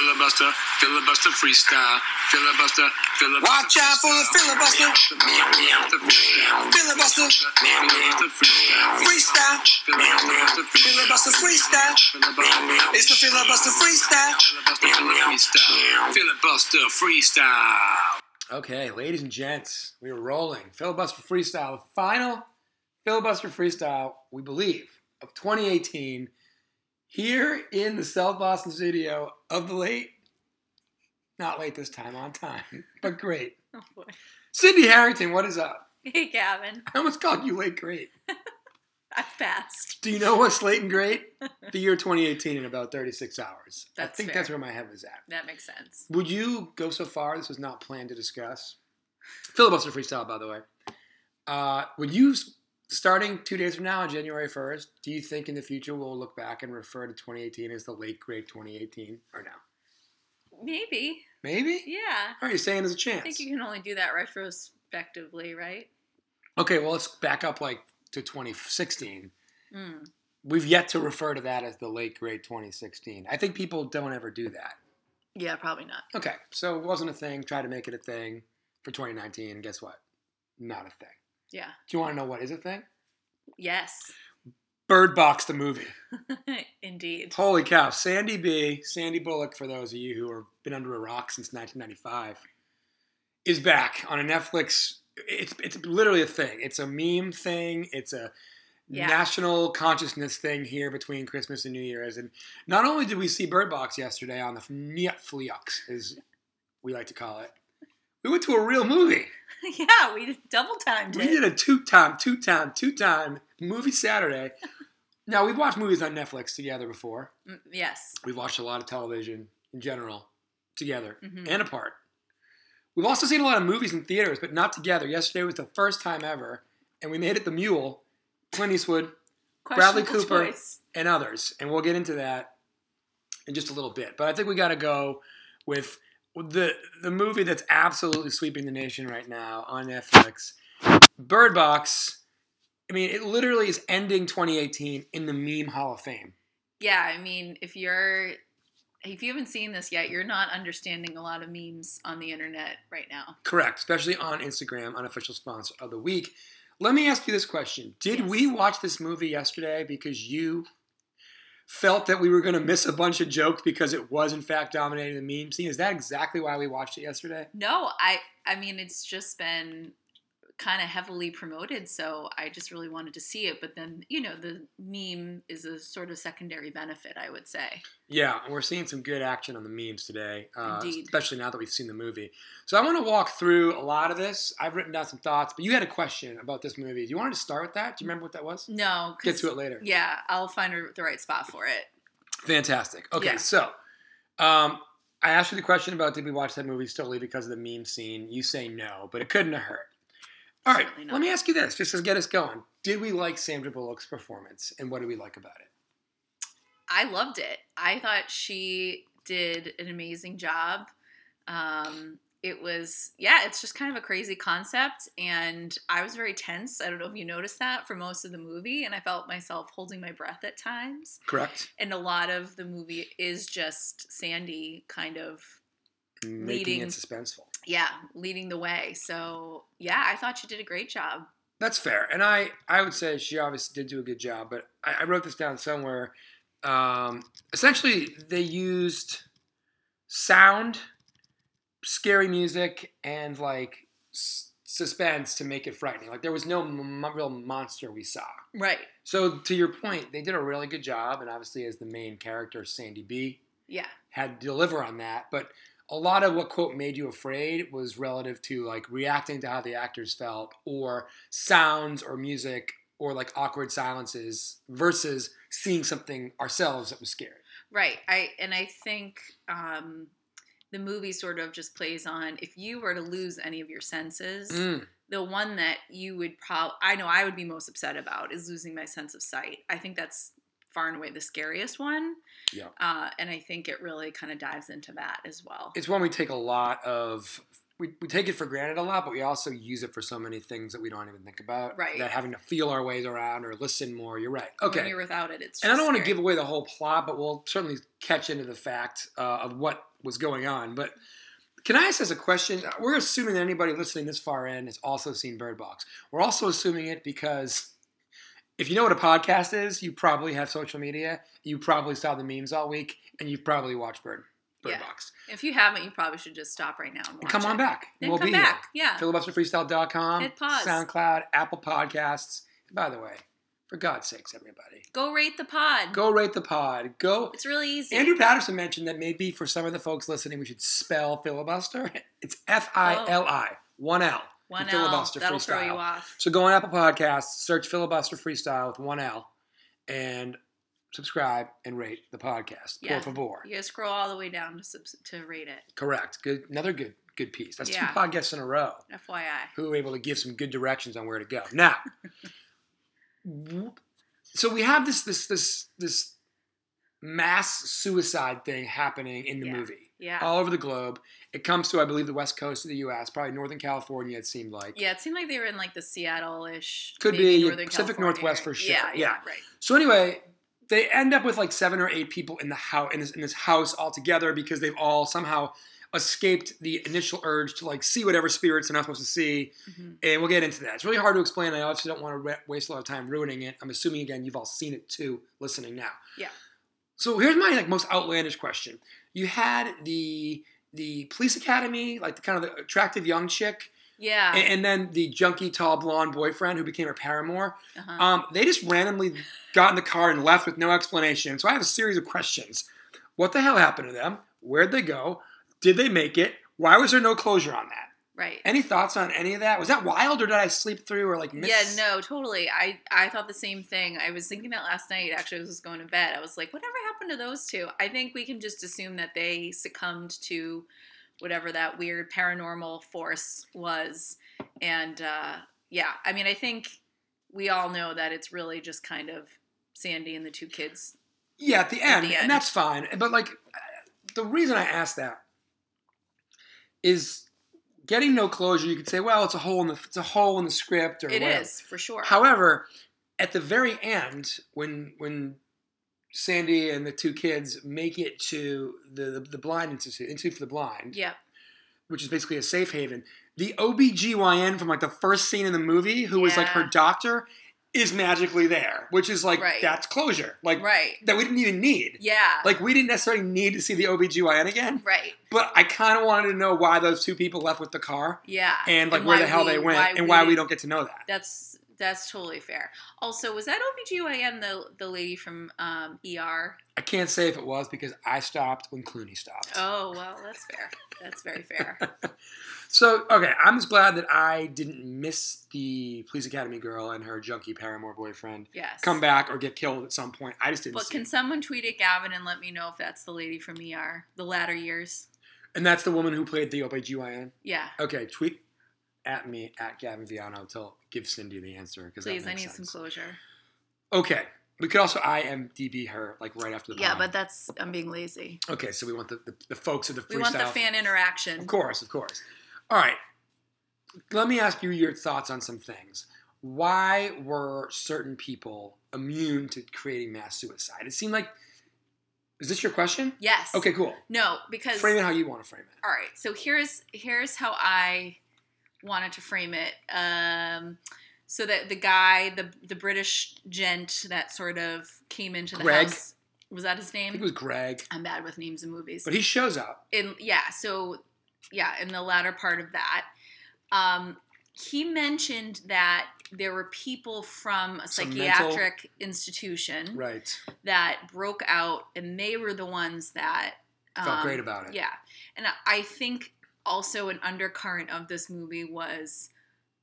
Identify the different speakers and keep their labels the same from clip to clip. Speaker 1: filibuster, filibuster freestyle, filibuster, filibuster.
Speaker 2: Watch out for the filibuster.
Speaker 1: Filibuster
Speaker 2: Filibuster.
Speaker 1: freestyle.
Speaker 2: Freestyle.
Speaker 1: Filibuster
Speaker 2: Filibuster freestyle.
Speaker 1: freestyle. Filibuster
Speaker 2: It's the filibuster freestyle.
Speaker 1: freestyle. Filibuster freestyle.
Speaker 3: Okay, ladies and gents, we are rolling. Filibuster Freestyle, the final filibuster freestyle, we believe, of 2018, here in the South Boston studio of the late, not late this time, on time, but great.
Speaker 4: Oh boy.
Speaker 3: Cindy Harrington, what is up?
Speaker 4: Hey, Gavin.
Speaker 3: I almost called you late great.
Speaker 4: I passed.
Speaker 3: Do you know what's late and great? The year 2018 in about 36 hours. I
Speaker 4: That's
Speaker 3: think
Speaker 4: fair.
Speaker 3: that's where my head was at.
Speaker 4: That makes sense.
Speaker 3: Would you go so far? This was not planned to discuss. Filibuster freestyle, by the way. Uh, would you, s- starting two days from now on January 1st, do you think in the future we'll look back and refer to 2018 as the late great 2018 or no?
Speaker 4: Maybe.
Speaker 3: Maybe?
Speaker 4: Yeah.
Speaker 3: Are you saying there's a
Speaker 4: I think
Speaker 3: chance?
Speaker 4: you can only do that retrospectively, right?
Speaker 3: Okay, well, let's back up like to 2016.
Speaker 4: Mm.
Speaker 3: We've yet to refer to that as the late great 2016. I think people don't ever do that.
Speaker 4: Yeah, probably not.
Speaker 3: Okay, so it wasn't a thing. Try to make it a thing for 2019. And guess what? Not a thing.
Speaker 4: Yeah.
Speaker 3: Do you want to know what is a thing?
Speaker 4: Yes.
Speaker 3: Bird Box the movie.
Speaker 4: Indeed.
Speaker 3: Holy cow. Sandy B, Sandy Bullock, for those of you who have been under a rock since 1995, is back on a Netflix. It's, it's literally a thing. It's a meme thing. It's a
Speaker 4: Yeah.
Speaker 3: national consciousness thing here between Christmas and New Year's. And not only did we see Bird Box yesterday on the Netflix, as we like to call it, we went to a real movie.
Speaker 4: yeah, we double timed
Speaker 3: We
Speaker 4: it.
Speaker 3: did a two time, two time, two time movie Saturday. Now, we've watched movies on Netflix together before.
Speaker 4: Mm, yes.
Speaker 3: We've watched a lot of television in general together
Speaker 4: Mhm.
Speaker 3: and apart. We've also seen a lot of movies in theaters, but not together. Yesterday was the first time ever, and we made it The Mule, Clint Eastwood, Bradley
Speaker 4: Questionable
Speaker 3: Cooper.
Speaker 4: choice.
Speaker 3: and others. And we'll get into that in just a little bit. But I think we got to go with the the movie that's absolutely sweeping the nation right now on Netflix, Bird Box. I mean, it literally is ending 2018 in the meme Hall of Fame.
Speaker 4: Yeah, I mean, if you're if you haven't seen this yet, you're not understanding a lot of memes on the internet right now.
Speaker 3: Correct, especially on Instagram, unofficial sponsor of the week. Let me ask you this question: Did
Speaker 4: Yes.
Speaker 3: we watch this movie yesterday because you felt that we were going to miss a bunch of jokes because it was in fact dominating the meme scene? Is that exactly why we watched it yesterday?
Speaker 4: No, I I mean it's just been kind of heavily promoted, so I just really wanted to see it. But then you know the meme is a sort of secondary benefit, I would say.
Speaker 3: Yeah, and we're seeing some good action on the memes today, uh,
Speaker 4: Indeed.
Speaker 3: especially now that we've seen the movie. So I want to walk through a lot of this. I've written down some thoughts, but you had a question about this movie. Do you want to start with that? Do you remember what that was?
Speaker 4: No,
Speaker 3: Get
Speaker 4: 'cause-
Speaker 3: to it later.
Speaker 4: Yeah, I'll find a- the right spot for it.
Speaker 3: Fantastic. Okay,
Speaker 4: Yeah.
Speaker 3: so um, I asked you the question about did we watch that movie solely because of the meme scene? You say no, but it couldn't have hurt. All right,
Speaker 4: Certainly not.
Speaker 3: let me ask you this, just to get us going. Did we like Sandra Bullock's performance, and what do we like about it?
Speaker 4: I loved it. I thought she did an amazing job. Um, it was, yeah, it's just kind of a crazy concept. And I was very tense. I don't know if you noticed that for most of the movie. And I felt myself holding my breath at times.
Speaker 3: Correct.
Speaker 4: And a lot of the movie is just Sandy kind of,
Speaker 3: Making
Speaker 4: Leading.
Speaker 3: it suspenseful.
Speaker 4: yeah, leading the way. So, yeah, I thought she did a great job.
Speaker 3: That's fair, and I I would say she obviously did do a good job, but I, I wrote this down somewhere. Um, essentially, they used sound, scary music, and like s- suspense to make it frightening. Like there was no m- real monster we saw.
Speaker 4: Right.
Speaker 3: So to your point, they did a really good job, and obviously, as the main character, Sandy B
Speaker 4: Yeah.
Speaker 3: had to deliver on that, but. A lot of what quote made you afraid was relative to like reacting to how the actors felt or sounds or music or like awkward silences versus seeing something ourselves that was scary.
Speaker 4: Right. I and I think um, the movie sort of just plays on if you were to lose any of your senses,
Speaker 3: Mm,
Speaker 4: the one that you would probably I know I would be most upset about is losing my sense of sight. I think that's far and away the scariest one.
Speaker 3: Yeah.
Speaker 4: Uh, and I think it really kind of dives into that as well.
Speaker 3: It's one we take a lot of we, we take it for granted a lot, but we also use it for so many things that we don't even think about.
Speaker 4: Right.
Speaker 3: That having to feel our ways around or listen more. You're right. Okay.
Speaker 4: When you're without it, it's.
Speaker 3: and I don't want to
Speaker 4: scary.
Speaker 3: give away the whole plot, but we'll certainly catch into the fact uh, of what was going on. But can I ask us a question? We're assuming that anybody listening this far in has also seen Bird Box. We're also assuming it because if you know what a podcast is, you probably have social media, you probably saw the memes all week, and you probably watched Bird Bird
Speaker 4: Yeah.
Speaker 3: Box.
Speaker 4: If you haven't, you probably should just stop right now and
Speaker 3: And
Speaker 4: watch
Speaker 3: come on
Speaker 4: it.
Speaker 3: back.
Speaker 4: Then
Speaker 3: we'll
Speaker 4: come
Speaker 3: be
Speaker 4: back. Yeah.
Speaker 3: here. Filibusterfreestyle.com,
Speaker 4: Hit pause.
Speaker 3: SoundCloud, Apple Podcasts. By the way, for God's sakes, everybody,
Speaker 4: Go rate the pod.
Speaker 3: go rate the pod. Go
Speaker 4: It's really easy.
Speaker 3: Andrew Patterson mentioned that maybe for some of the folks listening, we should spell filibuster. It's F I L I, one L. in
Speaker 4: One L.
Speaker 3: filibuster
Speaker 4: That'll throw you
Speaker 3: freestyle.
Speaker 4: off.
Speaker 3: So go on Apple Podcasts, search filibuster freestyle with one L, and subscribe and rate the podcast.
Speaker 4: Yeah.
Speaker 3: Por favor.
Speaker 4: You gotta scroll all the way down to subs- to rate it.
Speaker 3: Correct. Good. Another good good piece. That's
Speaker 4: Yeah.
Speaker 3: two podcasts in a row
Speaker 4: FYI.
Speaker 3: who were able to give some good directions on where to go. Now, w- so we have this this this this mass suicide thing happening in the
Speaker 4: Yeah.
Speaker 3: movie.
Speaker 4: Yeah.
Speaker 3: all over the globe. It comes to, I believe, the west coast of the U.S., probably Northern California. It seemed like.
Speaker 4: Yeah, it seemed like they were in like the Seattle-ish,
Speaker 3: Could
Speaker 4: maybe
Speaker 3: be,
Speaker 4: Northern
Speaker 3: Pacific
Speaker 4: California
Speaker 3: Northwest
Speaker 4: area.
Speaker 3: for sure,
Speaker 4: Yeah,
Speaker 3: yeah.
Speaker 4: right.
Speaker 3: So anyway, they end up with like seven or eight people in the house in this, in this house all together because they've all somehow escaped the initial urge to like see whatever spirits they're not supposed to see.
Speaker 4: Mhm.
Speaker 3: And we'll get into that. It's really hard to explain. I obviously don't want to re- waste a lot of time ruining it. I'm assuming again you've all seen it too, listening now.
Speaker 4: Yeah.
Speaker 3: So here's my like most outlandish question. You had the the police academy, like the kind of the attractive young chick
Speaker 4: Yeah.
Speaker 3: and, and then the junky tall blonde boyfriend who became her paramour
Speaker 4: uh-huh.
Speaker 3: um, they just randomly got in the car and left with no explanation so i have a series of questions what the hell happened to them where'd they go did they make it why was there no closure on that
Speaker 4: right.
Speaker 3: any thoughts on any of that was that wild or did i sleep through or like miss
Speaker 4: Yeah, no, totally. I I thought the same thing. I was thinking that last night. Actually, as I was going to bed. I was like, whatever happened to those two? I think we can just assume that they succumbed to whatever that weird paranormal force was. And uh, yeah, I mean, I think we all know that it's really just kind of Sandy and the two kids.
Speaker 3: Yeah, at the end,
Speaker 4: the end.
Speaker 3: and that's fine. But like, the reason I asked that is getting no closure. You could say, well, it's a hole in the it's a hole in the script, or
Speaker 4: It
Speaker 3: whatever.
Speaker 4: is for sure.
Speaker 3: However, at the very end, when when Sandy and the two kids make it to the the, the Blind Institute, Institute for the Blind,
Speaker 4: yeah,
Speaker 3: which is basically a safe haven, the OBGYN from like the first scene in the movie, who was like her
Speaker 4: Yeah.
Speaker 3: doctor, is magically there, which is like
Speaker 4: Right.
Speaker 3: that's closure, like
Speaker 4: right.
Speaker 3: that we didn't even need.
Speaker 4: Yeah,
Speaker 3: Like we didn't necessarily need to see the OBGYN again,
Speaker 4: right.
Speaker 3: but I kind of wanted to know why those two people left with the car
Speaker 4: Yeah,
Speaker 3: and like where
Speaker 4: why
Speaker 3: the hell
Speaker 4: we-
Speaker 3: they went and why we
Speaker 4: didn't-
Speaker 3: don't get to know that.
Speaker 4: That's that's totally fair. Also, was that OBGYN the the lady from um, ER?
Speaker 3: I can't say if it was because I stopped when Clooney stopped.
Speaker 4: Oh well, that's fair. That's very fair.
Speaker 3: So okay, I'm just glad that I didn't miss the police academy girl and her junkie paramour boyfriend
Speaker 4: Yes.
Speaker 3: come back or get killed at some point. I just didn't.
Speaker 4: But
Speaker 3: see
Speaker 4: can
Speaker 3: it.
Speaker 4: someone tweet at Gavin and let me know if that's the lady from ER, the latter years?
Speaker 3: And that's the woman who played the OBGYN.
Speaker 4: Yeah.
Speaker 3: Okay, tweet at me at Gavin Viano to give Cindy the answer because
Speaker 4: Please, I need some
Speaker 3: sense.
Speaker 4: closure.
Speaker 3: Okay. We could also IMDb her like right after the
Speaker 4: Yeah,
Speaker 3: bomb.
Speaker 4: but that's I'm being lazy.
Speaker 3: Okay, so we want the, the, the folks of the freestyle.
Speaker 4: We want the fan interaction.
Speaker 3: Of course, of course. All right. Let me ask you your thoughts on some things. Why were certain people immune to creating mass suicide? It seemed like. Is this your question?
Speaker 4: Yes.
Speaker 3: Okay, cool.
Speaker 4: No, because
Speaker 3: Frame it how you want to frame it.
Speaker 4: all right so here's here's how i wanted to frame it um so that the guy the the british gent that sort of came into the
Speaker 3: Greg?
Speaker 4: house was that his
Speaker 3: I think it
Speaker 4: name
Speaker 3: was Greg,
Speaker 4: i'm bad with names and movies
Speaker 3: but he shows up.
Speaker 4: in yeah so yeah in the latter part of that um he mentioned that there were people from a
Speaker 3: Some mental-
Speaker 4: psychiatric institution
Speaker 3: Right.
Speaker 4: that broke out and they were the ones that um,
Speaker 3: Felt great about it.
Speaker 4: Yeah. And I- I think also an undercurrent of this movie was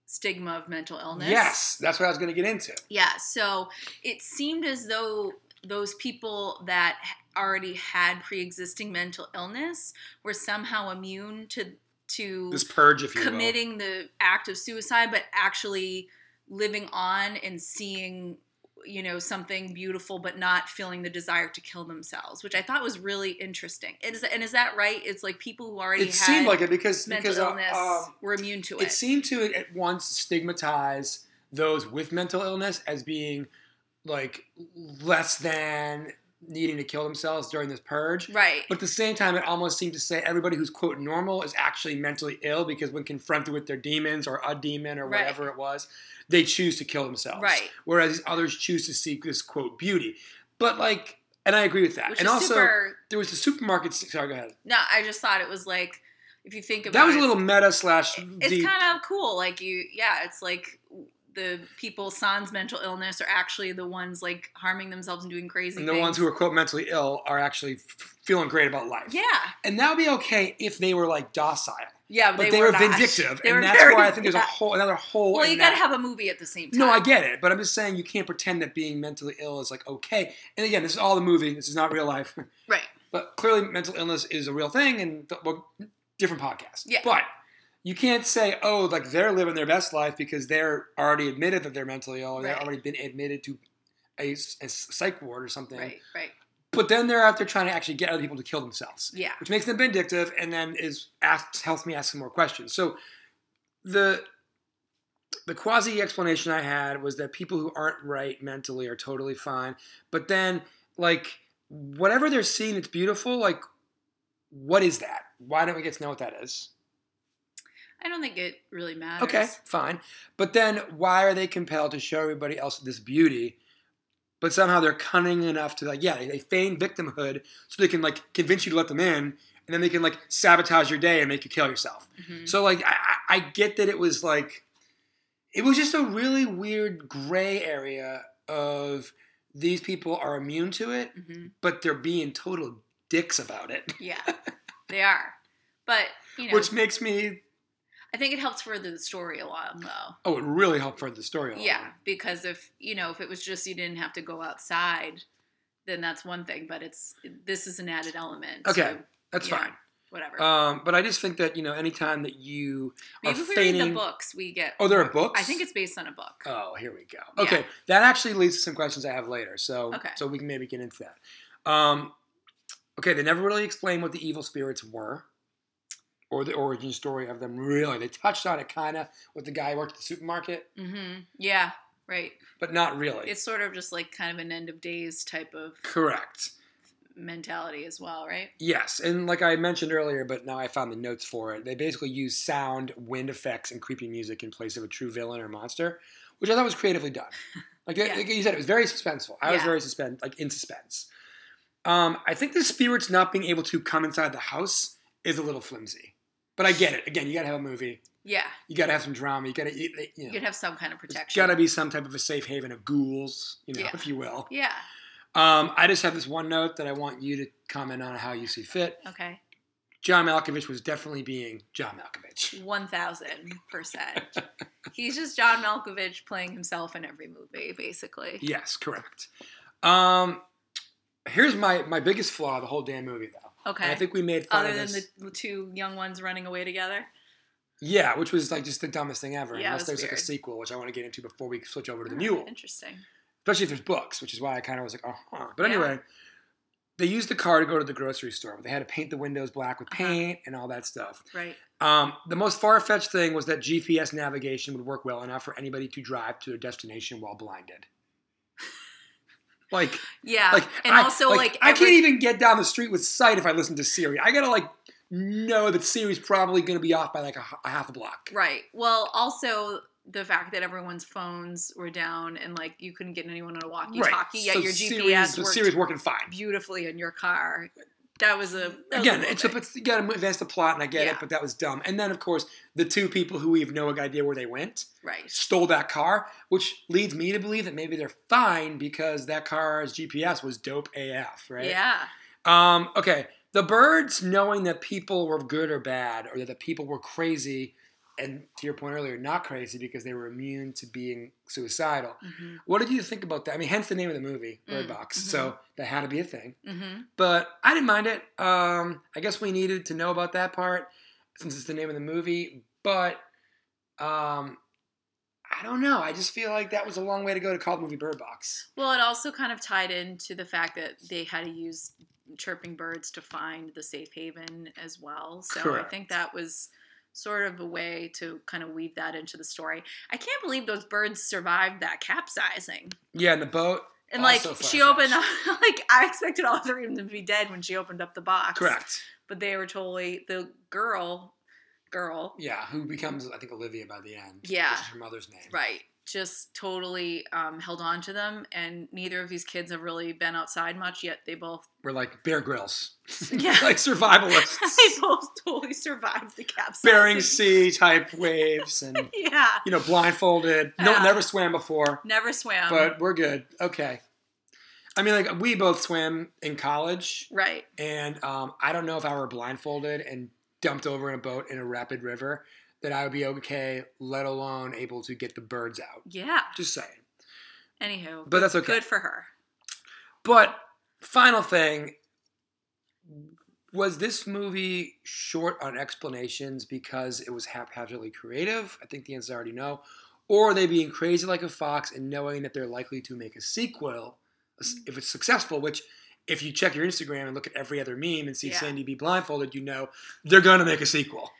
Speaker 4: stigma of mental illness.
Speaker 3: Yes, that's what I was going to get into.
Speaker 4: Yeah. So it seemed as though those people that already had pre-existing mental illness were somehow immune to to
Speaker 3: This purge, if you
Speaker 4: committing the act of suicide, but actually living on and seeing you know something beautiful but not feeling the desire to kill themselves which i thought was really interesting and is, and is that right it's like people who already
Speaker 3: It
Speaker 4: had
Speaker 3: seemed like it because
Speaker 4: mental
Speaker 3: because uh,
Speaker 4: illness
Speaker 3: um,
Speaker 4: were immune to it,
Speaker 3: it seemed to at once stigmatize those with mental illness as being like less than needing to kill themselves during this purge.
Speaker 4: right
Speaker 3: But at the same time, it almost seemed to say everybody who's quote normal is actually mentally ill because when confronted with their demons or a demon or
Speaker 4: Right.
Speaker 3: whatever it was, they choose to kill themselves.
Speaker 4: Right.
Speaker 3: Whereas others choose to seek this quote beauty. But like, and I agree with that.
Speaker 4: which
Speaker 3: and
Speaker 4: is
Speaker 3: also,
Speaker 4: super
Speaker 3: there was the supermarket. Sorry, go ahead.
Speaker 4: no i just thought it was like if you think about
Speaker 3: That was a
Speaker 4: it,
Speaker 3: little meta slash
Speaker 4: it's
Speaker 3: deep.
Speaker 4: kind of cool like you yeah it's like the people sans mental illness are actually the ones like harming themselves and doing crazy
Speaker 3: and the
Speaker 4: things.
Speaker 3: ones who are quote mentally ill are actually f- feeling great about life.
Speaker 4: yeah
Speaker 3: And that would be okay if they were like docile,
Speaker 4: yeah
Speaker 3: but they, were,
Speaker 4: not.
Speaker 3: vindictive,
Speaker 4: They
Speaker 3: and
Speaker 4: were
Speaker 3: that's
Speaker 4: very-
Speaker 3: why I think there's a
Speaker 4: yeah.
Speaker 3: whole another whole.
Speaker 4: well
Speaker 3: in
Speaker 4: you
Speaker 3: that.
Speaker 4: gotta have a movie at the same time
Speaker 3: No, I get it, but I'm just saying you can't pretend that being mentally ill is like okay. And again, this is all the movie. This is not real life.
Speaker 4: right
Speaker 3: But clearly, mental illness is a real thing, and th- well, different podcast.
Speaker 4: Yeah.
Speaker 3: But you can't say, oh, like they're living their best life because they're already admitted that they're mentally ill, or they've
Speaker 4: Right.
Speaker 3: already been admitted to a, s- a s- psych ward or something.
Speaker 4: right right
Speaker 3: But then they're out there trying to actually get other people to kill themselves
Speaker 4: yeah
Speaker 3: which makes them vindictive and then is asked helps me ask some more questions. So the the quasi explanation I had was that people who aren't right mentally are totally fine, but then like whatever they're seeing that's beautiful, like what is that? Why don't we get to know what that is?
Speaker 4: i don't think it really matters
Speaker 3: Okay, fine. But then why are they compelled to show everybody else this beauty? But somehow they're cunning enough to like, yeah, they, they feign victimhood so they can like convince you to let them in, and then they can like sabotage your day and make you kill yourself.
Speaker 4: Mhm.
Speaker 3: So like, I, I I get that it was like, it was just a really weird gray area of these people are immune to it,
Speaker 4: Mhm.
Speaker 3: but they're being total dicks about it,
Speaker 4: yeah they are but you know
Speaker 3: which makes me
Speaker 4: i think it helps further the story along though
Speaker 3: oh, it really helped further the story. along.
Speaker 4: Yeah, because if you know if it was just you didn't have to go outside, then that's one thing. But it's this is an added element.
Speaker 3: Okay.
Speaker 4: so
Speaker 3: that's
Speaker 4: Yeah.
Speaker 3: fine.
Speaker 4: whatever.
Speaker 3: Um, but I just think that you know, anytime that you
Speaker 4: Maybe
Speaker 3: are
Speaker 4: if we read
Speaker 3: feigning,
Speaker 4: the books, we get.
Speaker 3: oh, there are books.
Speaker 4: I think it's based on a book.
Speaker 3: Oh, here we go.
Speaker 4: Yeah.
Speaker 3: Okay, that actually leads to some questions I have later. So,
Speaker 4: Okay.
Speaker 3: so we can maybe get into that. Um, okay, they never really explained what the evil spirits were, or the origin story of them. Really, they touched on it kind of with the guy who worked at the supermarket,
Speaker 4: hmm Yeah, right.
Speaker 3: but not really.
Speaker 4: It's sort of just like kind of an end of days type of
Speaker 3: Correct.
Speaker 4: mentality as well, right?
Speaker 3: Yes, and like I mentioned earlier, but now I found the notes for it. They basically use sound, wind effects, and creepy music in place of a true villain or monster, which I thought was creatively done. Like,
Speaker 4: Yeah.
Speaker 3: like you said, it was very suspenseful. I was
Speaker 4: Yeah.
Speaker 3: very suspense, like in suspense. Um, I think the spirits not being able to come inside the house is a little flimsy, but I get it. Again, you gotta have a movie.
Speaker 4: Yeah,
Speaker 3: You gotta have some drama. You gotta, you you know,
Speaker 4: you'd have some kind of
Speaker 3: there's
Speaker 4: protection.
Speaker 3: gotta be some type of a safe haven of ghouls, you know,
Speaker 4: Yeah.
Speaker 3: if you will.
Speaker 4: Yeah.
Speaker 3: Um, I just have this one note that I want you to comment on how you see fit.
Speaker 4: Okay.
Speaker 3: John Malkovich was definitely being John Malkovich.
Speaker 4: One thousand percent. He's just John Malkovich playing himself in every movie, basically.
Speaker 3: Yes, correct. Um, here's my my biggest flaw of the whole damn movie, though.
Speaker 4: Okay.
Speaker 3: And I think we made fun
Speaker 4: other
Speaker 3: of
Speaker 4: than
Speaker 3: this.
Speaker 4: the two young ones running away together.
Speaker 3: yeah, which was like just the dumbest thing ever.
Speaker 4: Yeah, it
Speaker 3: unless
Speaker 4: was
Speaker 3: there's like a
Speaker 4: weird.
Speaker 3: sequel, which I want to get into before we switch over to the
Speaker 4: Oh,
Speaker 3: mule,
Speaker 4: Interesting.
Speaker 3: especially if there's books, which is why I kind of was like, uh huh. But
Speaker 4: Yeah.
Speaker 3: anyway, they used the car to go to the grocery store, but they had to paint the windows black with
Speaker 4: Uh-huh.
Speaker 3: paint and all that stuff.
Speaker 4: Right.
Speaker 3: Um, the most far fetched thing was that GPS navigation would work well enough for anybody to drive to their destination while blinded. like,
Speaker 4: Yeah.
Speaker 3: like,
Speaker 4: and
Speaker 3: I,
Speaker 4: also like,
Speaker 3: I
Speaker 4: every-
Speaker 3: can't even get down the street with sight if I listen to Siri. I gotta like know that Siri's probably gonna be off by like a, h- a half a block.
Speaker 4: Right. Well, also the fact that everyone's phones were down and like you couldn't get anyone on a walkie-talkie, yet
Speaker 3: So
Speaker 4: your
Speaker 3: Siri's,
Speaker 4: GPS
Speaker 3: but
Speaker 4: worked
Speaker 3: Siri's working fine.
Speaker 4: beautifully in your car. That was a that was
Speaker 3: Again,
Speaker 4: little
Speaker 3: it's a,
Speaker 4: thing.
Speaker 3: it's you gotta advance the plot, and I get it,
Speaker 4: Yeah.
Speaker 3: but that was dumb. And then of course the two people who we have no idea where they went.
Speaker 4: right.
Speaker 3: stole that car, which leads me to believe that maybe they're fine because that car's GPS was dope AF, right?
Speaker 4: Yeah.
Speaker 3: Um, okay. The birds knowing that people were good or bad, or that the people were crazy, and to your point earlier, not crazy because they were immune to being suicidal.
Speaker 4: Mhm.
Speaker 3: What did you think about that? I mean, hence the name of the movie, Bird
Speaker 4: Mm,
Speaker 3: Box.
Speaker 4: mhm.
Speaker 3: So that had to be a thing.
Speaker 4: Mhm.
Speaker 3: But I didn't mind it. Um, I guess we needed to know about that part since it's the name of the movie. But um, I don't know. I just feel like that was a long way to go to call the movie Bird Box.
Speaker 4: Well, it also kind of tied into the fact that they had to use chirping birds to find the safe haven as well. So I
Speaker 3: Correct.
Speaker 4: think that was sort of a way to kind of weave that into the story. I can't believe those birds survived that capsizing.
Speaker 3: Yeah, and the boat.
Speaker 4: And
Speaker 3: Also
Speaker 4: like she
Speaker 3: flash
Speaker 4: opened up, like I expected all three of them to be dead when she opened up the box.
Speaker 3: Correct.
Speaker 4: But they were totally the girl, girl,
Speaker 3: Yeah, who becomes I think Olivia by the end.
Speaker 4: Yeah.
Speaker 3: which is her mother's name.
Speaker 4: right? Just totally um, held on to them, and neither of these kids have really been outside much yet. They both
Speaker 3: We're like Bear Grylls,
Speaker 4: Yeah.
Speaker 3: like survivalists,
Speaker 4: they both totally survived the capsizing.
Speaker 3: Bering Sea type waves, and
Speaker 4: Yeah.
Speaker 3: you know blindfolded. No,
Speaker 4: Yeah. Um,
Speaker 3: never swam before,
Speaker 4: Never swam.
Speaker 3: but we're good. Okay. I mean, like we both swam in college,
Speaker 4: right.
Speaker 3: and um, I don't know if I were blindfolded and dumped over in a boat in a rapid river that I would be okay, let alone able to get the birds out.
Speaker 4: Yeah.
Speaker 3: Just saying.
Speaker 4: Anywho.
Speaker 3: But that's okay.
Speaker 4: Good for her.
Speaker 3: But final thing was this movie short on explanations because it was haphazardly creative? I think the answer I already know. Or are they being crazy like a fox and knowing that they're likely to make a sequel if it's successful, which if you check your Instagram and look at every other meme and see
Speaker 4: Yeah.
Speaker 3: Sandy be blindfolded, you know they're going to make a sequel,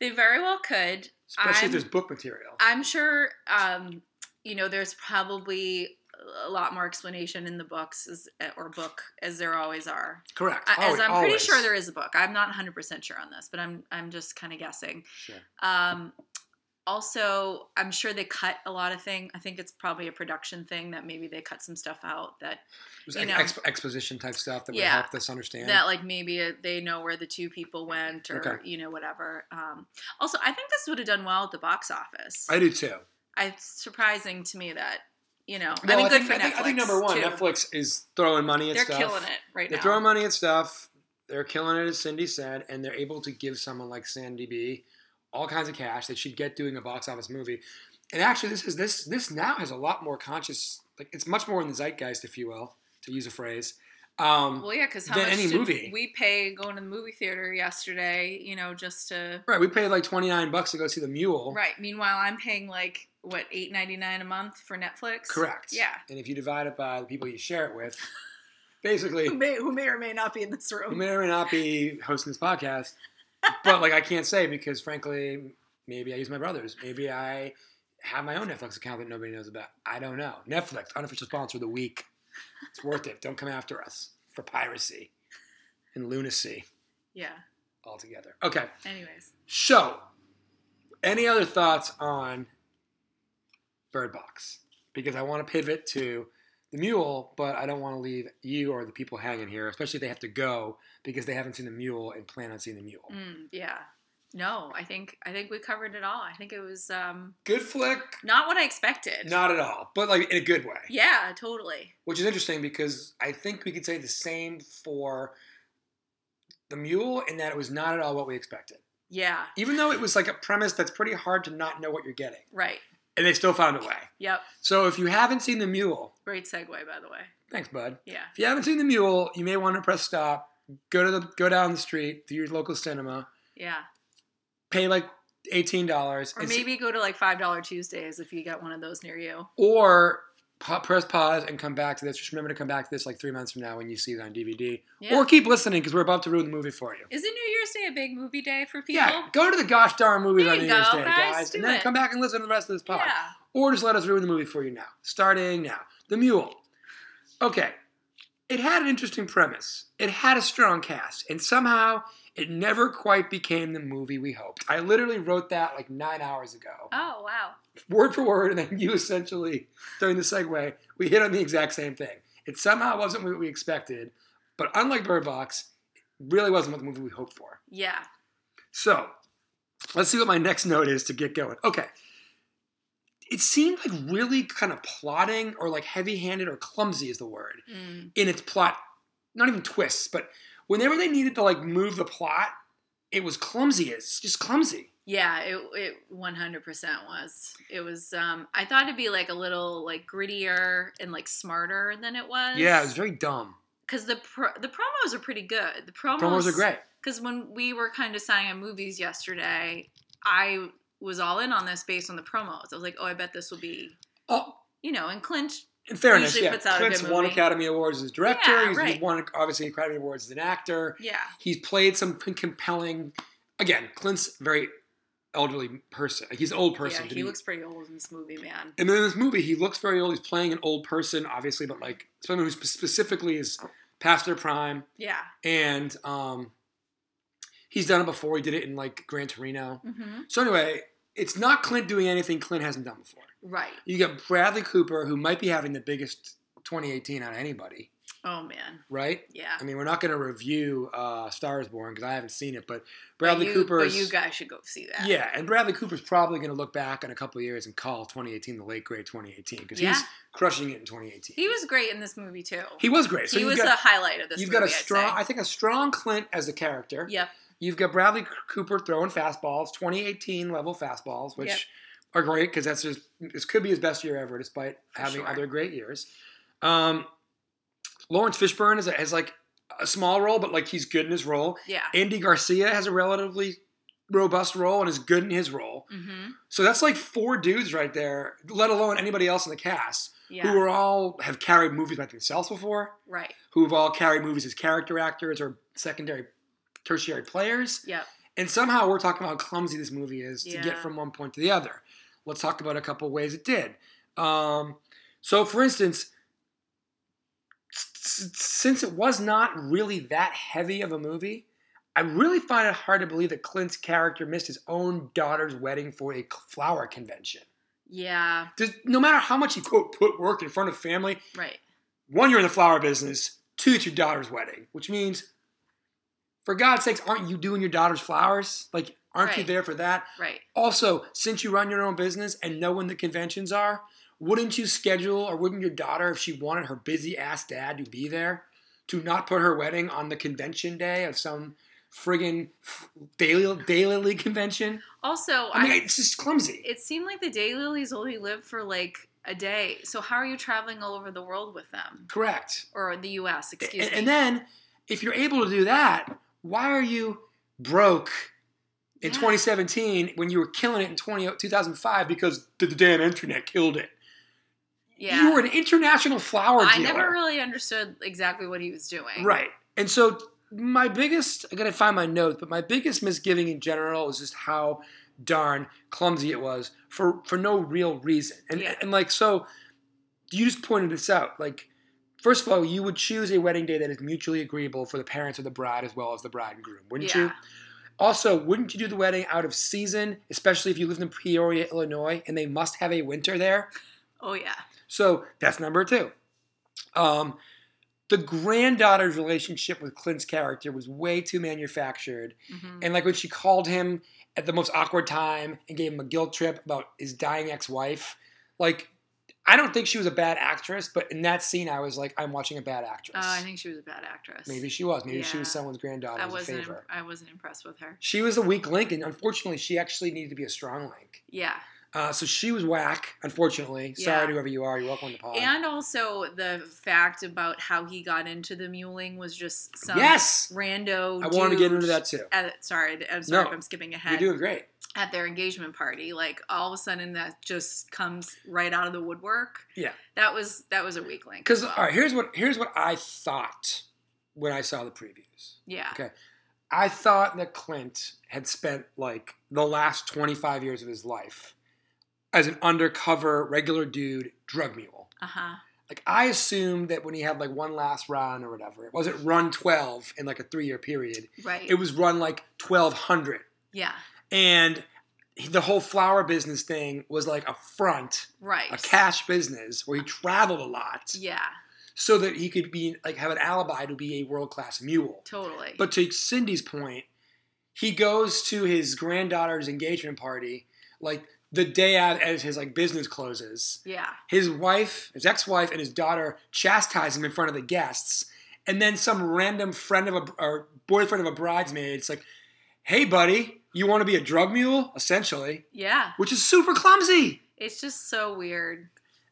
Speaker 4: They very well could.
Speaker 3: especially
Speaker 4: I'm-
Speaker 3: if there's book material.
Speaker 4: I'm sure, um, you know, there's probably a lot more explanation in the books as, or book as there always are.
Speaker 3: Correct.
Speaker 4: I- As
Speaker 3: Always-
Speaker 4: I'm pretty
Speaker 3: always.
Speaker 4: sure there is a book. I'm not 100% sure on this, but I'm I'm just kind of guessing.
Speaker 3: Sure.
Speaker 4: Um, also, I'm sure they cut a lot of thing. I think it's probably a production thing that maybe they cut some stuff out that
Speaker 3: It was ex-
Speaker 4: you know.
Speaker 3: exp- exposition type stuff that would
Speaker 4: Yeah.
Speaker 3: help us understand.
Speaker 4: that like maybe it- they know where the two people went or
Speaker 3: Okay.
Speaker 4: you know whatever. Um, also, I think this would have done well at the box office.
Speaker 3: I do too.
Speaker 4: I, it's surprising to me that you know. I
Speaker 3: Well,
Speaker 4: mean,
Speaker 3: think,
Speaker 4: good for
Speaker 3: I
Speaker 4: Netflix.
Speaker 3: think, I think number one,
Speaker 4: too.
Speaker 3: Netflix is throwing money at
Speaker 4: They're
Speaker 3: stuff.
Speaker 4: killing it right
Speaker 3: They're
Speaker 4: now.
Speaker 3: throwing money at stuff. They're killing it, as Cindy said, and they're able to give someone like Sandy B all kinds of cash that she'd get doing a box office movie. And actually, this is this this now has a lot more conscious. Like it's much more in the zeitgeist, if you will, to use a phrase. Um,
Speaker 4: Well, yeah, because how
Speaker 3: than
Speaker 4: much
Speaker 3: any
Speaker 4: did
Speaker 3: movie.
Speaker 4: we pay going to the movie theater yesterday? You know, just to
Speaker 3: right, we paid like twenty nine bucks to go see the Mule.
Speaker 4: right. Meanwhile, I'm paying like what eight ninety nine a month for Netflix.
Speaker 3: Correct.
Speaker 4: Yeah.
Speaker 3: And if you divide it by the people you share it with, basically,
Speaker 4: Who may, who may or may not be in this
Speaker 3: who
Speaker 4: room.
Speaker 3: may or may not be hosting this podcast, but like I can't say because frankly, maybe I use my brother's. Maybe I have my own Netflix account that nobody knows about. I don't know. Netflix, unofficial sponsor of the week. It's worth it. Don't come after us for piracy and lunacy
Speaker 4: Yeah.
Speaker 3: altogether. Okay.
Speaker 4: Anyways,
Speaker 3: So, any other thoughts on Bird Box? Because I want to pivot to the mule, but I don't want to leave you or the people hanging here, especially if they have to go because they haven't seen the mule and plan on seeing the mule.
Speaker 4: mm, yeah. No, I think I think we covered it all. I think it was um,
Speaker 3: Good flick?
Speaker 4: not what I expected.
Speaker 3: Not at all, but like in a good way,
Speaker 4: Yeah, totally.
Speaker 3: which is interesting because I think we could say the same for the mule in that it was not at all what we expected.
Speaker 4: Yeah.
Speaker 3: Even though it was like a premise that's pretty hard to not know what you're getting,
Speaker 4: Right.
Speaker 3: and they still found a way.
Speaker 4: Yep.
Speaker 3: So if you haven't seen the mule,
Speaker 4: Great segue, by the way.
Speaker 3: thanks, bud.
Speaker 4: Yeah.
Speaker 3: If you haven't seen The Mule, you may want to press stop, go to the go down the street to your local cinema,
Speaker 4: Yeah.
Speaker 3: pay like eighteen dollars,
Speaker 4: Or maybe go to like five dollar Tuesdays if you got one of those near you.
Speaker 3: or pa- press pause and come back to this. Just remember to come back to this like three months from now when you see it on DVD,
Speaker 4: Yeah.
Speaker 3: or keep listening because we're about to ruin the movie for you.
Speaker 4: Isn't New Year's Day a big movie day for people?
Speaker 3: Yeah, go to the gosh darn movies
Speaker 4: There
Speaker 3: on
Speaker 4: you
Speaker 3: New Year's
Speaker 4: go,
Speaker 3: Day,
Speaker 4: guys,
Speaker 3: guys,
Speaker 4: do
Speaker 3: and then
Speaker 4: it.
Speaker 3: come back and listen to the rest of this pod,
Speaker 4: Yeah.
Speaker 3: or just let us ruin the movie for you now, starting now. The Mule. Okay, it had an interesting premise. It had a strong cast, and somehow it never quite became the movie we hoped. I literally wrote that like nine hours ago,
Speaker 4: Oh wow.
Speaker 3: word for word, and then you essentially, during the segue, we hit on the exact same thing. It somehow wasn't what we expected, but unlike Bird Box, it really wasn't what the movie we hoped for.
Speaker 4: Yeah.
Speaker 3: So, let's see what my next note is to get going. Okay. It seemed like really kind of plotting or like heavy handed or clumsy is the word
Speaker 4: Mm.
Speaker 3: in its plot, not even twists, but whenever they needed to like move the plot, it was clumsy. It's just clumsy.
Speaker 4: Yeah, it it one hundred percent was. It was um I thought it'd be like a little like grittier and like smarter than it was.
Speaker 3: Yeah, it was very dumb.
Speaker 4: because the pro- the promos are pretty good. The promos,
Speaker 3: Promos are great.
Speaker 4: Because when we were kind of deciding on movies yesterday, I was all in on this based on the promos. I was like, oh, I bet this will be,
Speaker 3: Oh,
Speaker 4: you know, and Clint
Speaker 3: in fairness,
Speaker 4: Usually
Speaker 3: yeah.
Speaker 4: puts out a
Speaker 3: Clint's
Speaker 4: good
Speaker 3: won
Speaker 4: movie.
Speaker 3: Academy Awards as director.
Speaker 4: Yeah,
Speaker 3: he's,
Speaker 4: right.
Speaker 3: he's won obviously Academy Awards as an actor.
Speaker 4: yeah,
Speaker 3: He's played some p- compelling. Again, Clint's a very elderly person. Like, He's an old person.
Speaker 4: yeah,
Speaker 3: to
Speaker 4: he
Speaker 3: be-
Speaker 4: looks pretty old in this movie, man.
Speaker 3: and then in this movie, he looks very old. He's playing an old person, obviously, but like someone who spe- specifically is past their prime.
Speaker 4: Yeah.
Speaker 3: And um, he's done it before. He did it in like Gran Torino.
Speaker 4: hmm
Speaker 3: So anyway, it's not Clint doing anything Clint hasn't done before.
Speaker 4: Right.
Speaker 3: You got Bradley Cooper, who might be having the biggest 2018 on anybody,
Speaker 4: Oh man.
Speaker 3: right?
Speaker 4: Yeah.
Speaker 3: I mean, we're not going to review uh, *Star Is Born* because I haven't seen it, but
Speaker 4: But
Speaker 3: Bradley
Speaker 4: you,
Speaker 3: Cooper.
Speaker 4: But you guys should go see that.
Speaker 3: yeah, and Bradley Cooper's probably going to look back in a couple of years and call 2018 the late great 2018 because he's
Speaker 4: Yeah.
Speaker 3: crushing it in 2018.
Speaker 4: He was great in this movie too.
Speaker 3: He was great. So
Speaker 4: he
Speaker 3: you've
Speaker 4: was the
Speaker 3: got,
Speaker 4: highlight of this.
Speaker 3: you've
Speaker 4: movie,
Speaker 3: got a
Speaker 4: I'd
Speaker 3: strong,
Speaker 4: say.
Speaker 3: I think, a strong Clint as a character.
Speaker 4: Yep.
Speaker 3: You've got Bradley C- Cooper throwing fastballs, 2018 level fastballs, which
Speaker 4: Yep.
Speaker 3: are great because that's just this could be his best year ever, despite
Speaker 4: For
Speaker 3: having
Speaker 4: sure.
Speaker 3: other great years. Um, Lawrence Fishburne is, a, is like a small role, but like he's good in his role.
Speaker 4: Yeah.
Speaker 3: Andy Garcia has a relatively robust role and is good in his role.
Speaker 4: Mm-hmm.
Speaker 3: So that's like four dudes right there, let alone anybody else in the cast
Speaker 4: Yeah.
Speaker 3: who are all have carried movies by themselves before,
Speaker 4: right.
Speaker 3: who have all carried movies as character actors or secondary, tertiary players.
Speaker 4: Yep.
Speaker 3: And somehow we're talking about how clumsy this movie is to get
Speaker 4: Yeah.
Speaker 3: from one point to the other. Let's talk about a couple ways it did. Um, so, for instance, s- s- since it was not really that heavy of a movie, I really find it hard to believe that Clint's character missed his own daughter's wedding for a flower convention.
Speaker 4: Yeah.
Speaker 3: Just, no matter how much he quote put work in front of family,
Speaker 4: Right.
Speaker 3: one, you're in the flower business. Two, it's your daughter's wedding, which means, for God's sakes, aren't you doing your daughter's flowers? Like, aren't you
Speaker 4: Right.
Speaker 3: there for that?
Speaker 4: Right.
Speaker 3: Also, since you run your own business and know when the conventions are, wouldn't you schedule or wouldn't your daughter, if she wanted her busy ass dad to be there, to not put her wedding on the convention day of some friggin' f- daily daily league convention?
Speaker 4: Also,
Speaker 3: I mean, it's just clumsy.
Speaker 4: it seemed like the daylilies only lived for like a day. So how are you traveling all over the world with them
Speaker 3: Correct.
Speaker 4: or the U.S. Excuse
Speaker 3: and,
Speaker 4: me.
Speaker 3: and then if you're able to do that, why are you broke in
Speaker 4: Yeah.
Speaker 3: 2017 when you were killing it in 20, 2005 because the, the damn internet killed it?
Speaker 4: yeah.
Speaker 3: You were an international flower
Speaker 4: I
Speaker 3: dealer.
Speaker 4: never really understood exactly what he was doing.
Speaker 3: Right. And so my biggest I gotta find my notes, but my biggest misgiving in general is just how darn clumsy it was for for no real reason. And
Speaker 4: Yeah.
Speaker 3: and like so you just pointed this out. Like first of all, you would choose a wedding day that is mutually agreeable for the parents of the bride as well as the bride and groom, wouldn't
Speaker 4: yeah.
Speaker 3: you? Also, wouldn't you do the wedding out of season, especially if you lived in Peoria, Illinois, and they must have a winter there?
Speaker 4: Oh yeah.
Speaker 3: So that's number two. Um, the granddaughter's relationship with Clint's character was way too manufactured.
Speaker 4: hmm
Speaker 3: And like when she called him at the most awkward time and gave him a guilt trip about his dying ex wife, like, I don't think she was a bad actress, but in that scene, I was like, I'm watching a bad actress.
Speaker 4: Uh, I think she was a bad actress.
Speaker 3: Maybe she was. Maybe she was
Speaker 4: Yeah.
Speaker 3: someone's granddaughter
Speaker 4: I
Speaker 3: as a
Speaker 4: wasn't.
Speaker 3: favor.
Speaker 4: I wasn't impressed with her.
Speaker 3: She was the weak link, and unfortunately, she actually needed to be a strong link.
Speaker 4: Yeah.
Speaker 3: Uh, so she was whack, unfortunately.
Speaker 4: Yeah.
Speaker 3: Sorry to whoever you are. You're welcome to the pod.
Speaker 4: And also the fact about how he got into the muling was just some
Speaker 3: yes!
Speaker 4: rando.
Speaker 3: I wanted to get into
Speaker 4: dude
Speaker 3: that too.
Speaker 4: At, sorry, I'm sorry
Speaker 3: No,
Speaker 4: if I'm skipping
Speaker 3: You're
Speaker 4: ahead.
Speaker 3: doing great.
Speaker 4: At their engagement party, like all of a sudden that just comes right out of the woodwork.
Speaker 3: Yeah.
Speaker 4: That was that was a weak link.
Speaker 3: Because
Speaker 4: as well.
Speaker 3: all right, here's what here's what I thought when I saw the previews.
Speaker 4: yeah,
Speaker 3: okay. I thought that Clint had spent like the last 25 years of his life as an undercover regular dude drug mule.
Speaker 4: uh huh,
Speaker 3: Like I assumed that when he had like one last run or whatever, it wasn't run 12 in like a three year period.
Speaker 4: right,
Speaker 3: It was run like 1200,
Speaker 4: yeah,
Speaker 3: and the whole flower business thing was like a front,
Speaker 4: right,
Speaker 3: a cash business where he traveled a lot.
Speaker 4: yeah,
Speaker 3: so that he could be like have an alibi to be a world class mule.
Speaker 4: totally,
Speaker 3: But to Cindy's point, he goes to his granddaughter's engagement party like the day out as his like business closes.
Speaker 4: yeah,
Speaker 3: His wife, his ex-wife, and his daughter chastise him in front of the guests, and then some random friend of a or boyfriend of a bridesmaid's like, "Hey, buddy, you want to be a drug mule?" Essentially,
Speaker 4: yeah.
Speaker 3: which is super clumsy.
Speaker 4: It's just so weird.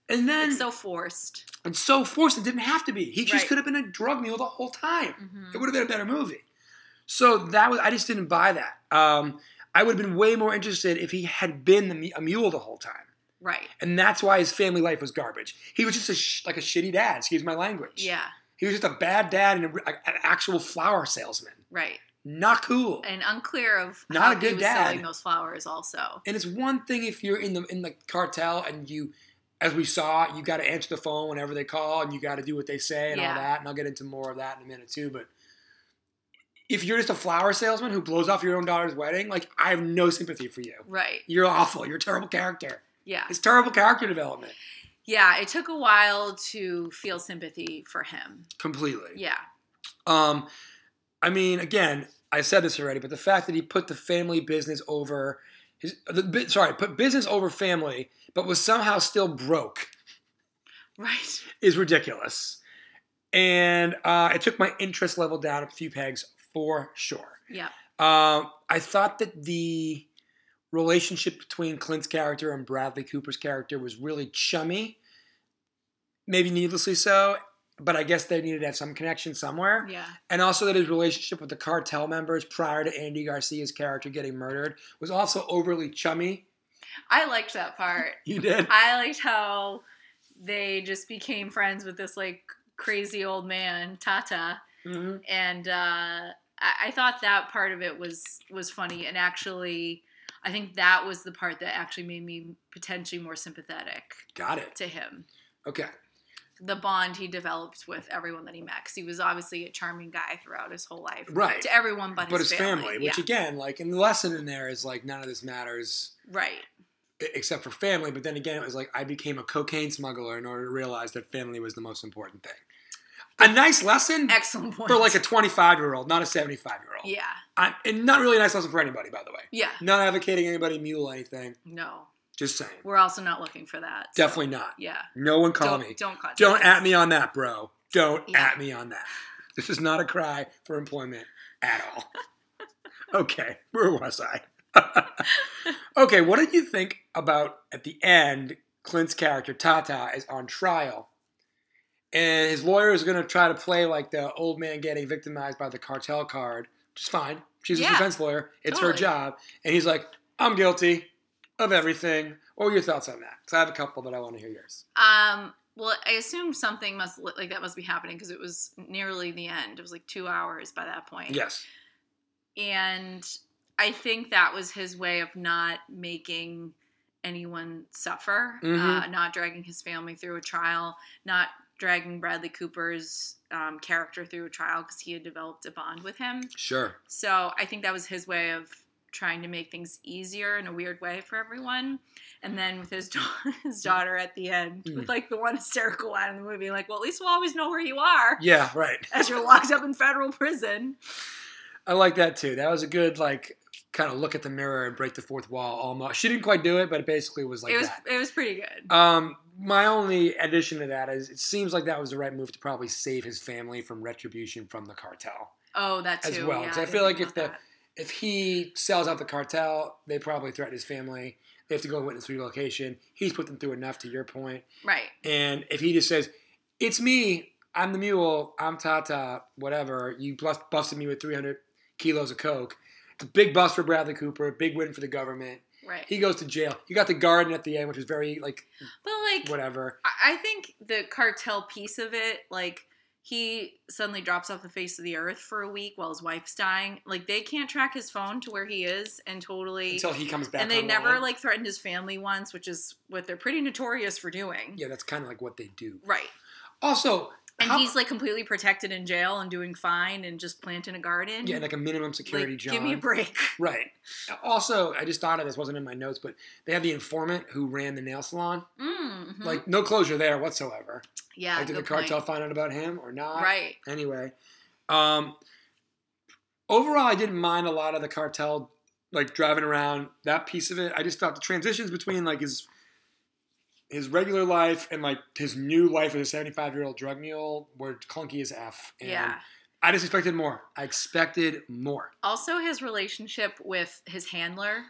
Speaker 3: And then
Speaker 4: It's so forced.
Speaker 3: and so forced. It didn't have to be. He just
Speaker 4: Right.
Speaker 3: could have been a drug mule the whole time.
Speaker 4: hmm
Speaker 3: It would have been a better movie. So that was I just didn't buy that. Um, I would have been way more interested if he had been the mu- a mule the whole time.
Speaker 4: Right.
Speaker 3: And that's why his family life was garbage. He was just a sh- like a shitty dad. Excuse my language.
Speaker 4: Yeah.
Speaker 3: He was just a bad dad and a, re- a- an actual flower salesman.
Speaker 4: Right.
Speaker 3: Not cool.
Speaker 4: And unclear of
Speaker 3: Not
Speaker 4: how
Speaker 3: a good
Speaker 4: he was
Speaker 3: dad.
Speaker 4: selling those flowers. Also.
Speaker 3: And it's one thing if you're in the in the cartel and you, as we saw, you got to answer the phone whenever they call and you got to do what they say and
Speaker 4: Yeah.
Speaker 3: all that. And I'll get into more of that in a minute too. But if you're just a flower salesman who blows off your own daughter's wedding, like I have no sympathy for you.
Speaker 4: Right.
Speaker 3: You're awful. You're a terrible character.
Speaker 4: Yeah.
Speaker 3: It's terrible character development.
Speaker 4: Yeah. It took a while to feel sympathy for him.
Speaker 3: Completely.
Speaker 4: Yeah.
Speaker 3: Um, I mean, again, I said this already, but the fact that he put the family business over his the, bu- sorry, put business over family, but was somehow still broke
Speaker 4: Right.
Speaker 3: is ridiculous. And uh, it took my interest level down a few pegs for sure.
Speaker 4: Yeah.
Speaker 3: Um, I thought that the relationship between Clint's character and Bradley Cooper's character was really chummy, maybe needlessly so, but I guess they needed to have some connection somewhere
Speaker 4: Yeah.
Speaker 3: and also that his relationship with the cartel members prior to Andy Garcia's character getting murdered was also overly chummy.
Speaker 4: I liked that part.
Speaker 3: You did?
Speaker 4: I liked how they just became friends with this like crazy old man Tata,
Speaker 3: Mm-hmm.
Speaker 4: and uh, I-, I thought that part of it was was funny, and actually, I think that was the part that actually made me potentially more sympathetic
Speaker 3: Got it.
Speaker 4: to him.
Speaker 3: Okay.
Speaker 4: The bond he developed with everyone that he met, 'cause he was obviously a charming guy throughout his whole life,
Speaker 3: Right.
Speaker 4: To everyone but,
Speaker 3: But his family, which
Speaker 4: yeah,
Speaker 3: again, like, and the lesson in there is like none of this matters
Speaker 4: right,
Speaker 3: e- except for family. But then again, it was like I became a cocaine smuggler in order to realize that family was the most important thing. A nice lesson
Speaker 4: excellent point
Speaker 3: for like a 25 year old, not a 75 year old.
Speaker 4: yeah,
Speaker 3: I, and not really a nice lesson for anybody, by the way.
Speaker 4: yeah,
Speaker 3: Not advocating anybody mule anything.
Speaker 4: no,
Speaker 3: Just saying.
Speaker 4: we're also not looking for that, so,
Speaker 3: Definitely not.
Speaker 4: yeah.
Speaker 3: No one call
Speaker 4: don't,
Speaker 3: me.
Speaker 4: Don't contact
Speaker 3: Don't
Speaker 4: us.
Speaker 3: at me on that, bro. Don't
Speaker 4: Yeah.
Speaker 3: at me on that. This is not a cry for employment at all. okay, where was I? okay, what did you think about at the end? Clint's character Tata is on trial, and his lawyer is going to try to play like the old man getting victimized by the cartel card, which is fine. She's
Speaker 4: Yeah.
Speaker 3: a defense lawyer; it's her
Speaker 4: Totally.
Speaker 3: job. And he's like, "I'm guilty of everything." What were your thoughts on that? Because I have a couple, but I want to hear yours.
Speaker 4: Um, well, I assume something must like that must be happening because it was nearly the end. It was like two hours by that point.
Speaker 3: Yes.
Speaker 4: and I think that was his way of not making anyone suffer, uh,
Speaker 3: Mhm.
Speaker 4: not dragging his family through a trial, not dragging Bradley Cooper's um, character through a trial because he had developed a bond with him.
Speaker 3: Sure.
Speaker 4: So I think that was his way of trying to make things easier in a weird way for everyone. And then with his, da- his daughter at the end,
Speaker 3: Hmm.
Speaker 4: with like the one hysterical line in the movie, like, well, at least we'll always know where you are
Speaker 3: Yeah, right.
Speaker 4: as you're locked up in federal prison.
Speaker 3: I like that too. That was a good like kind of look at the mirror and break the fourth wall almost. She didn't quite do it, but it basically was like
Speaker 4: it was
Speaker 3: that.
Speaker 4: it was pretty good.
Speaker 3: Um my only addition to that is it seems like that was the right move to probably save his family from retribution from the cartel.
Speaker 4: oh, that too.
Speaker 3: as well,
Speaker 4: yeah,
Speaker 3: 'cause I
Speaker 4: didn't
Speaker 3: feel like
Speaker 4: think
Speaker 3: if
Speaker 4: about
Speaker 3: If he sells out the cartel, they probably threaten his family. They have to go and witness relocation. He's put them through enough to your point.
Speaker 4: that. right,
Speaker 3: And if he just says, "It's me, I'm the mule, I'm Tata, whatever," you bust, busted me with 300 kilos of coke. It's a big bust for Bradley Cooper, a big win for the government.
Speaker 4: right,
Speaker 3: He goes to jail. You got the garden at the end, which was very like
Speaker 4: but like
Speaker 3: whatever.
Speaker 4: I I think the cartel piece of it, like he suddenly drops off the face of the earth for a week while his wife's dying. Like they can't track his phone to where he is, and totally.
Speaker 3: Until he comes back.
Speaker 4: and they
Speaker 3: online.
Speaker 4: never like threatened his family once, which is what they're pretty notorious for doing.
Speaker 3: Yeah, that's kind of like what they do.
Speaker 4: Right.
Speaker 3: Also,
Speaker 4: And
Speaker 3: how-
Speaker 4: he's like completely protected in jail and doing fine and just planting a garden.
Speaker 3: yeah, like a minimum security
Speaker 4: Like,
Speaker 3: John.
Speaker 4: Give me a break.
Speaker 3: Right. Also, I just thought of this wasn't in my notes, but they have the informant who ran the nail salon.
Speaker 4: Mm-hmm.
Speaker 3: Like no closure there whatsoever.
Speaker 4: yeah,
Speaker 3: like, did the
Speaker 4: good point.
Speaker 3: cartel find out about him or not?
Speaker 4: Right.
Speaker 3: anyway um overall i didn't mind a lot of the cartel like driving around that piece of it i just thought the transitions between like his his regular life and like his new life as a 75 year old drug mule were clunky as f and
Speaker 4: yeah.
Speaker 3: i just expected more i expected more
Speaker 4: Also, his relationship with his handler.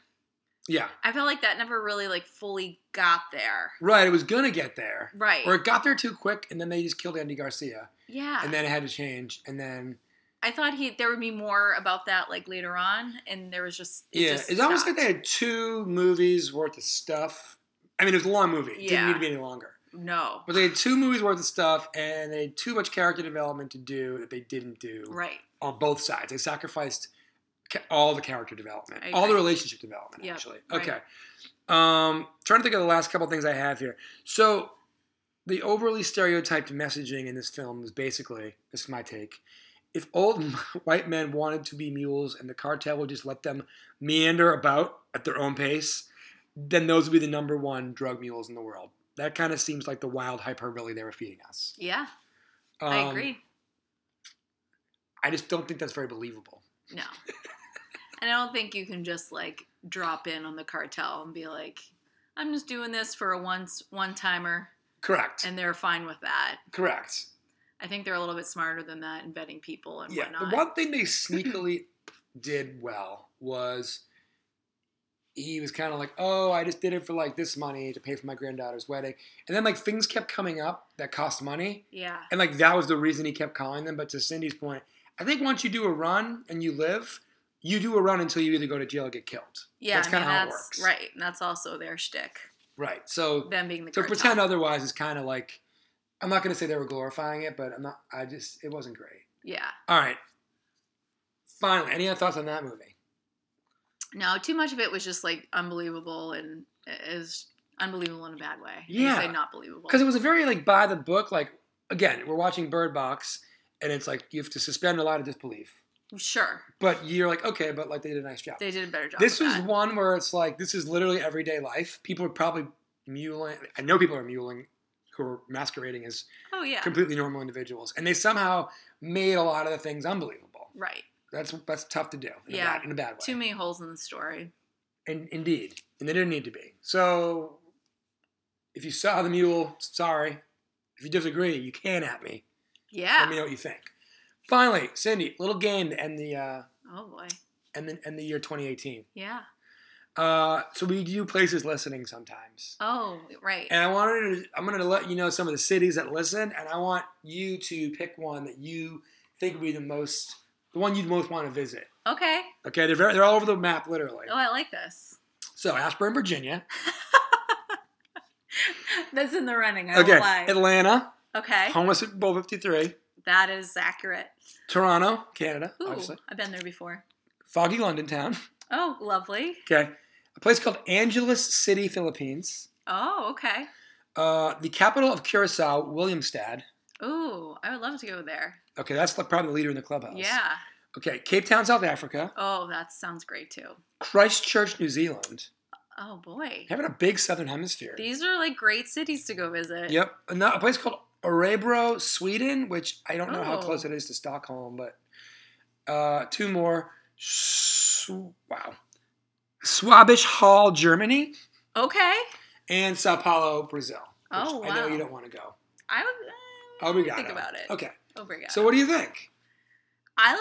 Speaker 3: yeah
Speaker 4: I felt like that never really like fully got there.
Speaker 3: right it was gonna get there
Speaker 4: Right.
Speaker 3: or it got there too quick and then they just killed andy garcia
Speaker 4: yeah.
Speaker 3: and then it had to change and then
Speaker 4: I thought he there would be more about that like later on, and there was just it
Speaker 3: yeah,
Speaker 4: just
Speaker 3: it's almost like
Speaker 4: stopped.
Speaker 3: they had two movies worth of stuff. I mean, it was a long movie. It didn't
Speaker 4: Yeah.
Speaker 3: need to be any longer.
Speaker 4: no
Speaker 3: But they had two movies worth of stuff, and they had too much character development to do that they didn't do
Speaker 4: right
Speaker 3: on both sides. They sacrificed ca- all the character development,
Speaker 4: I
Speaker 3: all the
Speaker 4: agree.
Speaker 3: relationship development,
Speaker 4: Yep,
Speaker 3: actually.
Speaker 4: right.
Speaker 3: Okay. Um, trying to think of the last couple things I have here. So, the overly stereotyped messaging in this film is basically this is my take. If old white men wanted to be mules and the cartel would just let them meander about at their own pace, then those would be the number one drug mules in the world. That kind of seems like the wild hyperbole they were feeding us.
Speaker 4: yeah
Speaker 3: Um,
Speaker 4: I agree
Speaker 3: I just don't think that's very believable.
Speaker 4: no and I don't think you can just like drop in on the cartel and be like I'm just doing this for a once one timer
Speaker 3: Correct.
Speaker 4: and they're fine with that
Speaker 3: Correct.
Speaker 4: I think they're a little bit smarter than that in vetting people and
Speaker 3: Yeah.
Speaker 4: whatnot
Speaker 3: The one thing they sneakily did well was he was kind of like, oh, I just did it for like this money to pay for my granddaughter's wedding. And then like things kept coming up that cost money.
Speaker 4: yeah
Speaker 3: And like that was the reason he kept calling them. But to Cindy's point, I think once you do a run and you live, you do a run until you either go to jail or get killed.
Speaker 4: yeah
Speaker 3: That's
Speaker 4: I
Speaker 3: kinda
Speaker 4: mean,
Speaker 3: how it
Speaker 4: that's
Speaker 3: works.
Speaker 4: right and that's also their shtick
Speaker 3: Right. So
Speaker 4: them being the
Speaker 3: to
Speaker 4: cartel
Speaker 3: pretend otherwise is kind of like, I'm not going to say they were glorifying it, but I'm not, I just, it wasn't great.
Speaker 4: yeah
Speaker 3: All right. Finally, any other thoughts on that movie?
Speaker 4: No, too much of it was just like unbelievable and is unbelievable in a bad way.
Speaker 3: Yeah.
Speaker 4: I say not believable.
Speaker 3: because it was a very like by the book like again we're watching bird box and it's like you have to suspend a lot of disbelief
Speaker 4: sure
Speaker 3: but you're like okay but like they did a nice job
Speaker 4: they did a better job.
Speaker 3: this
Speaker 4: with
Speaker 3: was
Speaker 4: that.
Speaker 3: one where it's like this is literally everyday life people are probably muling i know people are muling who are masquerading as
Speaker 4: oh yeah,
Speaker 3: completely normal individuals and they somehow made a lot of the things unbelievable
Speaker 4: right.
Speaker 3: that's that's tough to do in, a,
Speaker 4: Yeah.
Speaker 3: bad, in a bad way
Speaker 4: Too many holes in the story.
Speaker 3: In, indeed and they didn't need to be so if you saw the mule sorry if you disagree you can at me
Speaker 4: Yeah.
Speaker 3: Let me know what you think. Finally, Cindy, little game to end the uh,
Speaker 4: oh boy.
Speaker 3: end the end the year 2018.
Speaker 4: Yeah.
Speaker 3: Uh, so we do places listening sometimes,
Speaker 4: Oh right.
Speaker 3: and I wanted to, I'm going to let you know some of the cities that listen, and I want you to pick one that you think would be the most, the one you'd most want to visit.
Speaker 4: okay.
Speaker 3: Okay, they're very, they're all over the map literally.
Speaker 4: Oh, I like this.
Speaker 3: So Ashburn, Virginia.
Speaker 4: That's in the running. I won't
Speaker 3: Okay,
Speaker 4: lie.
Speaker 3: Atlanta,
Speaker 4: okay.
Speaker 3: homeless at Bowl 53.
Speaker 4: That is accurate.
Speaker 3: Toronto, Canada,
Speaker 4: Ooh,
Speaker 3: obviously.
Speaker 4: I've been there before.
Speaker 3: Foggy London town.
Speaker 4: Oh, lovely.
Speaker 3: Okay, a place called Angeles City, Philippines.
Speaker 4: Oh, okay.
Speaker 3: Uh, the capital of Curacao, Williamstad.
Speaker 4: Ooh, I would love to go there.
Speaker 3: Okay, that's the, probably the leader in the clubhouse.
Speaker 4: Yeah.
Speaker 3: Okay, Cape Town, South Africa.
Speaker 4: Oh, that sounds great too.
Speaker 3: Christchurch, New Zealand.
Speaker 4: Oh boy.
Speaker 3: Having a big southern hemisphere.
Speaker 4: These are like great cities to go visit.
Speaker 3: Yep. And now a place called Orebro, Sweden, which I don't know how
Speaker 4: Oh.
Speaker 3: close it is to Stockholm, but uh, two more. Sw- wow. Swabish Hall, Germany,
Speaker 4: Okay.
Speaker 3: and Sao Paulo, Brazil. which
Speaker 4: Oh,
Speaker 3: I know
Speaker 4: wow.
Speaker 3: you don't want to go.
Speaker 4: I would uh,
Speaker 3: Oh, we got
Speaker 4: think
Speaker 3: it.
Speaker 4: about it.
Speaker 3: Okay.
Speaker 4: Oh my God.
Speaker 3: So, what do you think?
Speaker 4: I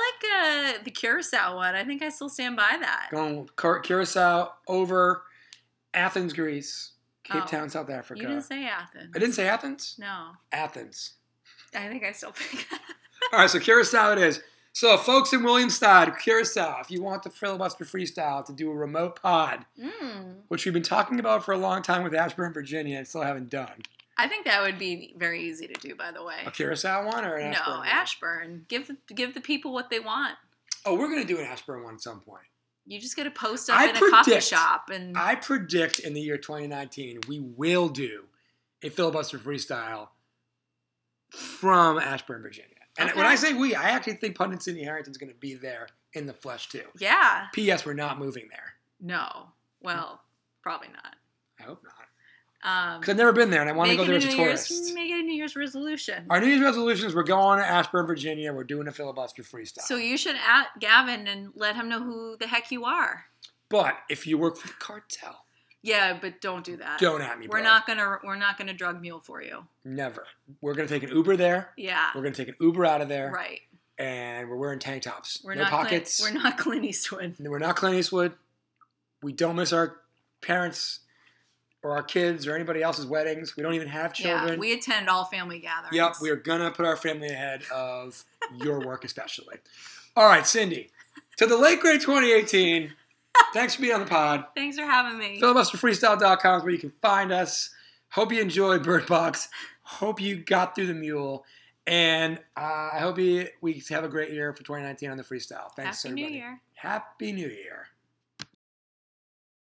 Speaker 4: like uh, the Curacao one. I think I still stand by that.
Speaker 3: going with Cur- Curacao over Athens, Greece, Cape
Speaker 4: Oh.
Speaker 3: Town, South Africa.
Speaker 4: You didn't say Athens.
Speaker 3: I didn't say Athens.
Speaker 4: No.
Speaker 3: Athens.
Speaker 4: I think I still pick.
Speaker 3: All right, so Curacao it is. So, folks in Williamstad, Curacao, if you want the filibuster freestyle to do a remote pod,
Speaker 4: mm.
Speaker 3: which we've been talking about for a long time with Ashburn, Virginia, and still haven't done,
Speaker 4: I think that would be very easy to do. By the way.
Speaker 3: a Curacao one or an Ashburn?
Speaker 4: Eh, No,
Speaker 3: one?
Speaker 4: Ashburn. Give the, give the people what they want.
Speaker 3: Oh, we're gonna do an Ashburn one at some point.
Speaker 4: You just get a post up
Speaker 3: I
Speaker 4: in a coffee
Speaker 3: predict-
Speaker 4: shop and
Speaker 3: I predict in the year 2019 we will do a filibuster freestyle from Ashburn, Virginia. And when
Speaker 4: Okay.
Speaker 3: I say we, I actually think Pundit Sidney Harrington's going to be there in the flesh too.
Speaker 4: yeah.
Speaker 3: P.S. We're not moving there.
Speaker 4: No. Well, probably not.
Speaker 3: I hope not.
Speaker 4: Um,
Speaker 3: Because I've never been there and I want to
Speaker 4: make
Speaker 3: go there
Speaker 4: it
Speaker 3: as a
Speaker 4: New Year's-
Speaker 3: tourist.
Speaker 4: Make it a New Year's resolution.
Speaker 3: Our New Year's resolutions: we're going to Ashburn, Virginia. We're doing a filibuster freestyle.
Speaker 4: So you should at Gavin and let him know who the heck you are.
Speaker 3: but if you work for the cartel,
Speaker 4: Yeah, but don't do that.
Speaker 3: don't at me.
Speaker 4: We're
Speaker 3: bro.
Speaker 4: not gonna we're not gonna drug mule for you.
Speaker 3: Never. We're gonna take an Uber there.
Speaker 4: Yeah.
Speaker 3: We're gonna take an Uber out of there,
Speaker 4: Right.
Speaker 3: and we're wearing tank tops.
Speaker 4: We're
Speaker 3: no
Speaker 4: not
Speaker 3: pockets.
Speaker 4: Clint, we're not Clint Eastwood.
Speaker 3: We're not Clint Eastwood. We don't miss our parents or our kids or anybody else's weddings. We don't even have children.
Speaker 4: Yeah, we attend all family gatherings.
Speaker 3: Yep, we are gonna put our family ahead of your work, especially. All right, Cindy. To the late great 2018. Thanks for being on the pod.
Speaker 4: Thanks for having me.
Speaker 3: Filibusterfreestyle.com is where you can find us. Hope you enjoyed Bird Box. Hope you got through the mule. And uh, I hope you, we have a great year for 2019 on the freestyle. Thanks,
Speaker 4: Happy
Speaker 3: everybody.
Speaker 4: New Year.
Speaker 3: Happy New Year.